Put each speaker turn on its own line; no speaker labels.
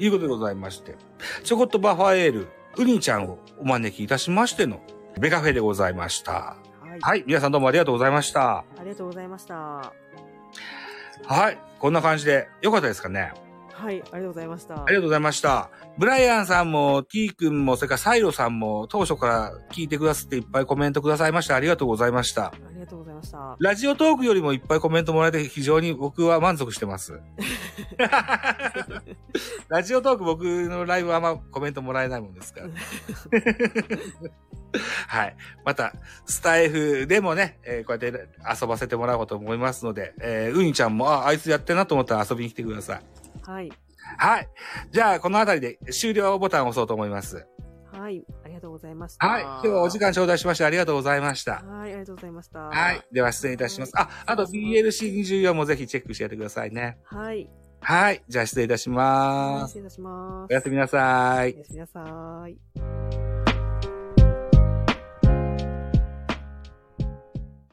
いうことでございまして、ちょこっとバファエール、ウニちゃんをお招きいたしましての、ベカフェでございました。
はい。
はい、皆さんどうもありがとうございました。
ありがとうございました。は
はい、こんな感じで、よかったですかね。
い、ありがとうございました。
ありがとうございました。ブライアンさんも、T 君も、それからサイロさんも、当初から聞いてくださっていっぱいコメントくださいました。ありがとうございました。
ありがとうございました。
ラジオトークよりもいっぱいコメントもらえて非常に僕は満足してます。ラジオトーク僕のライブはあんまコメントもらえないもんですから。はい。また、スタイフでもね、えーこうやって遊ばせてもらおうと思いますので、えー、ウニちゃんも、あ、あいつやってんなと思ったら遊びに来てください。
はい。
はい。じゃあ、このあたりで終了ボタンを押そうと思います。
はい。ありがとうございました。
はい。今日はお時間頂戴しましてありがとうございました。
はい、ありがとうございました。
はい。。では、失礼いたします。あ、あと BLC24 もぜひチェックしてやってくださいね。
はい。
はい。じゃあ失礼いたし
はい
ます。
失礼いたします。
おやすみなさい
お。やすみなさい。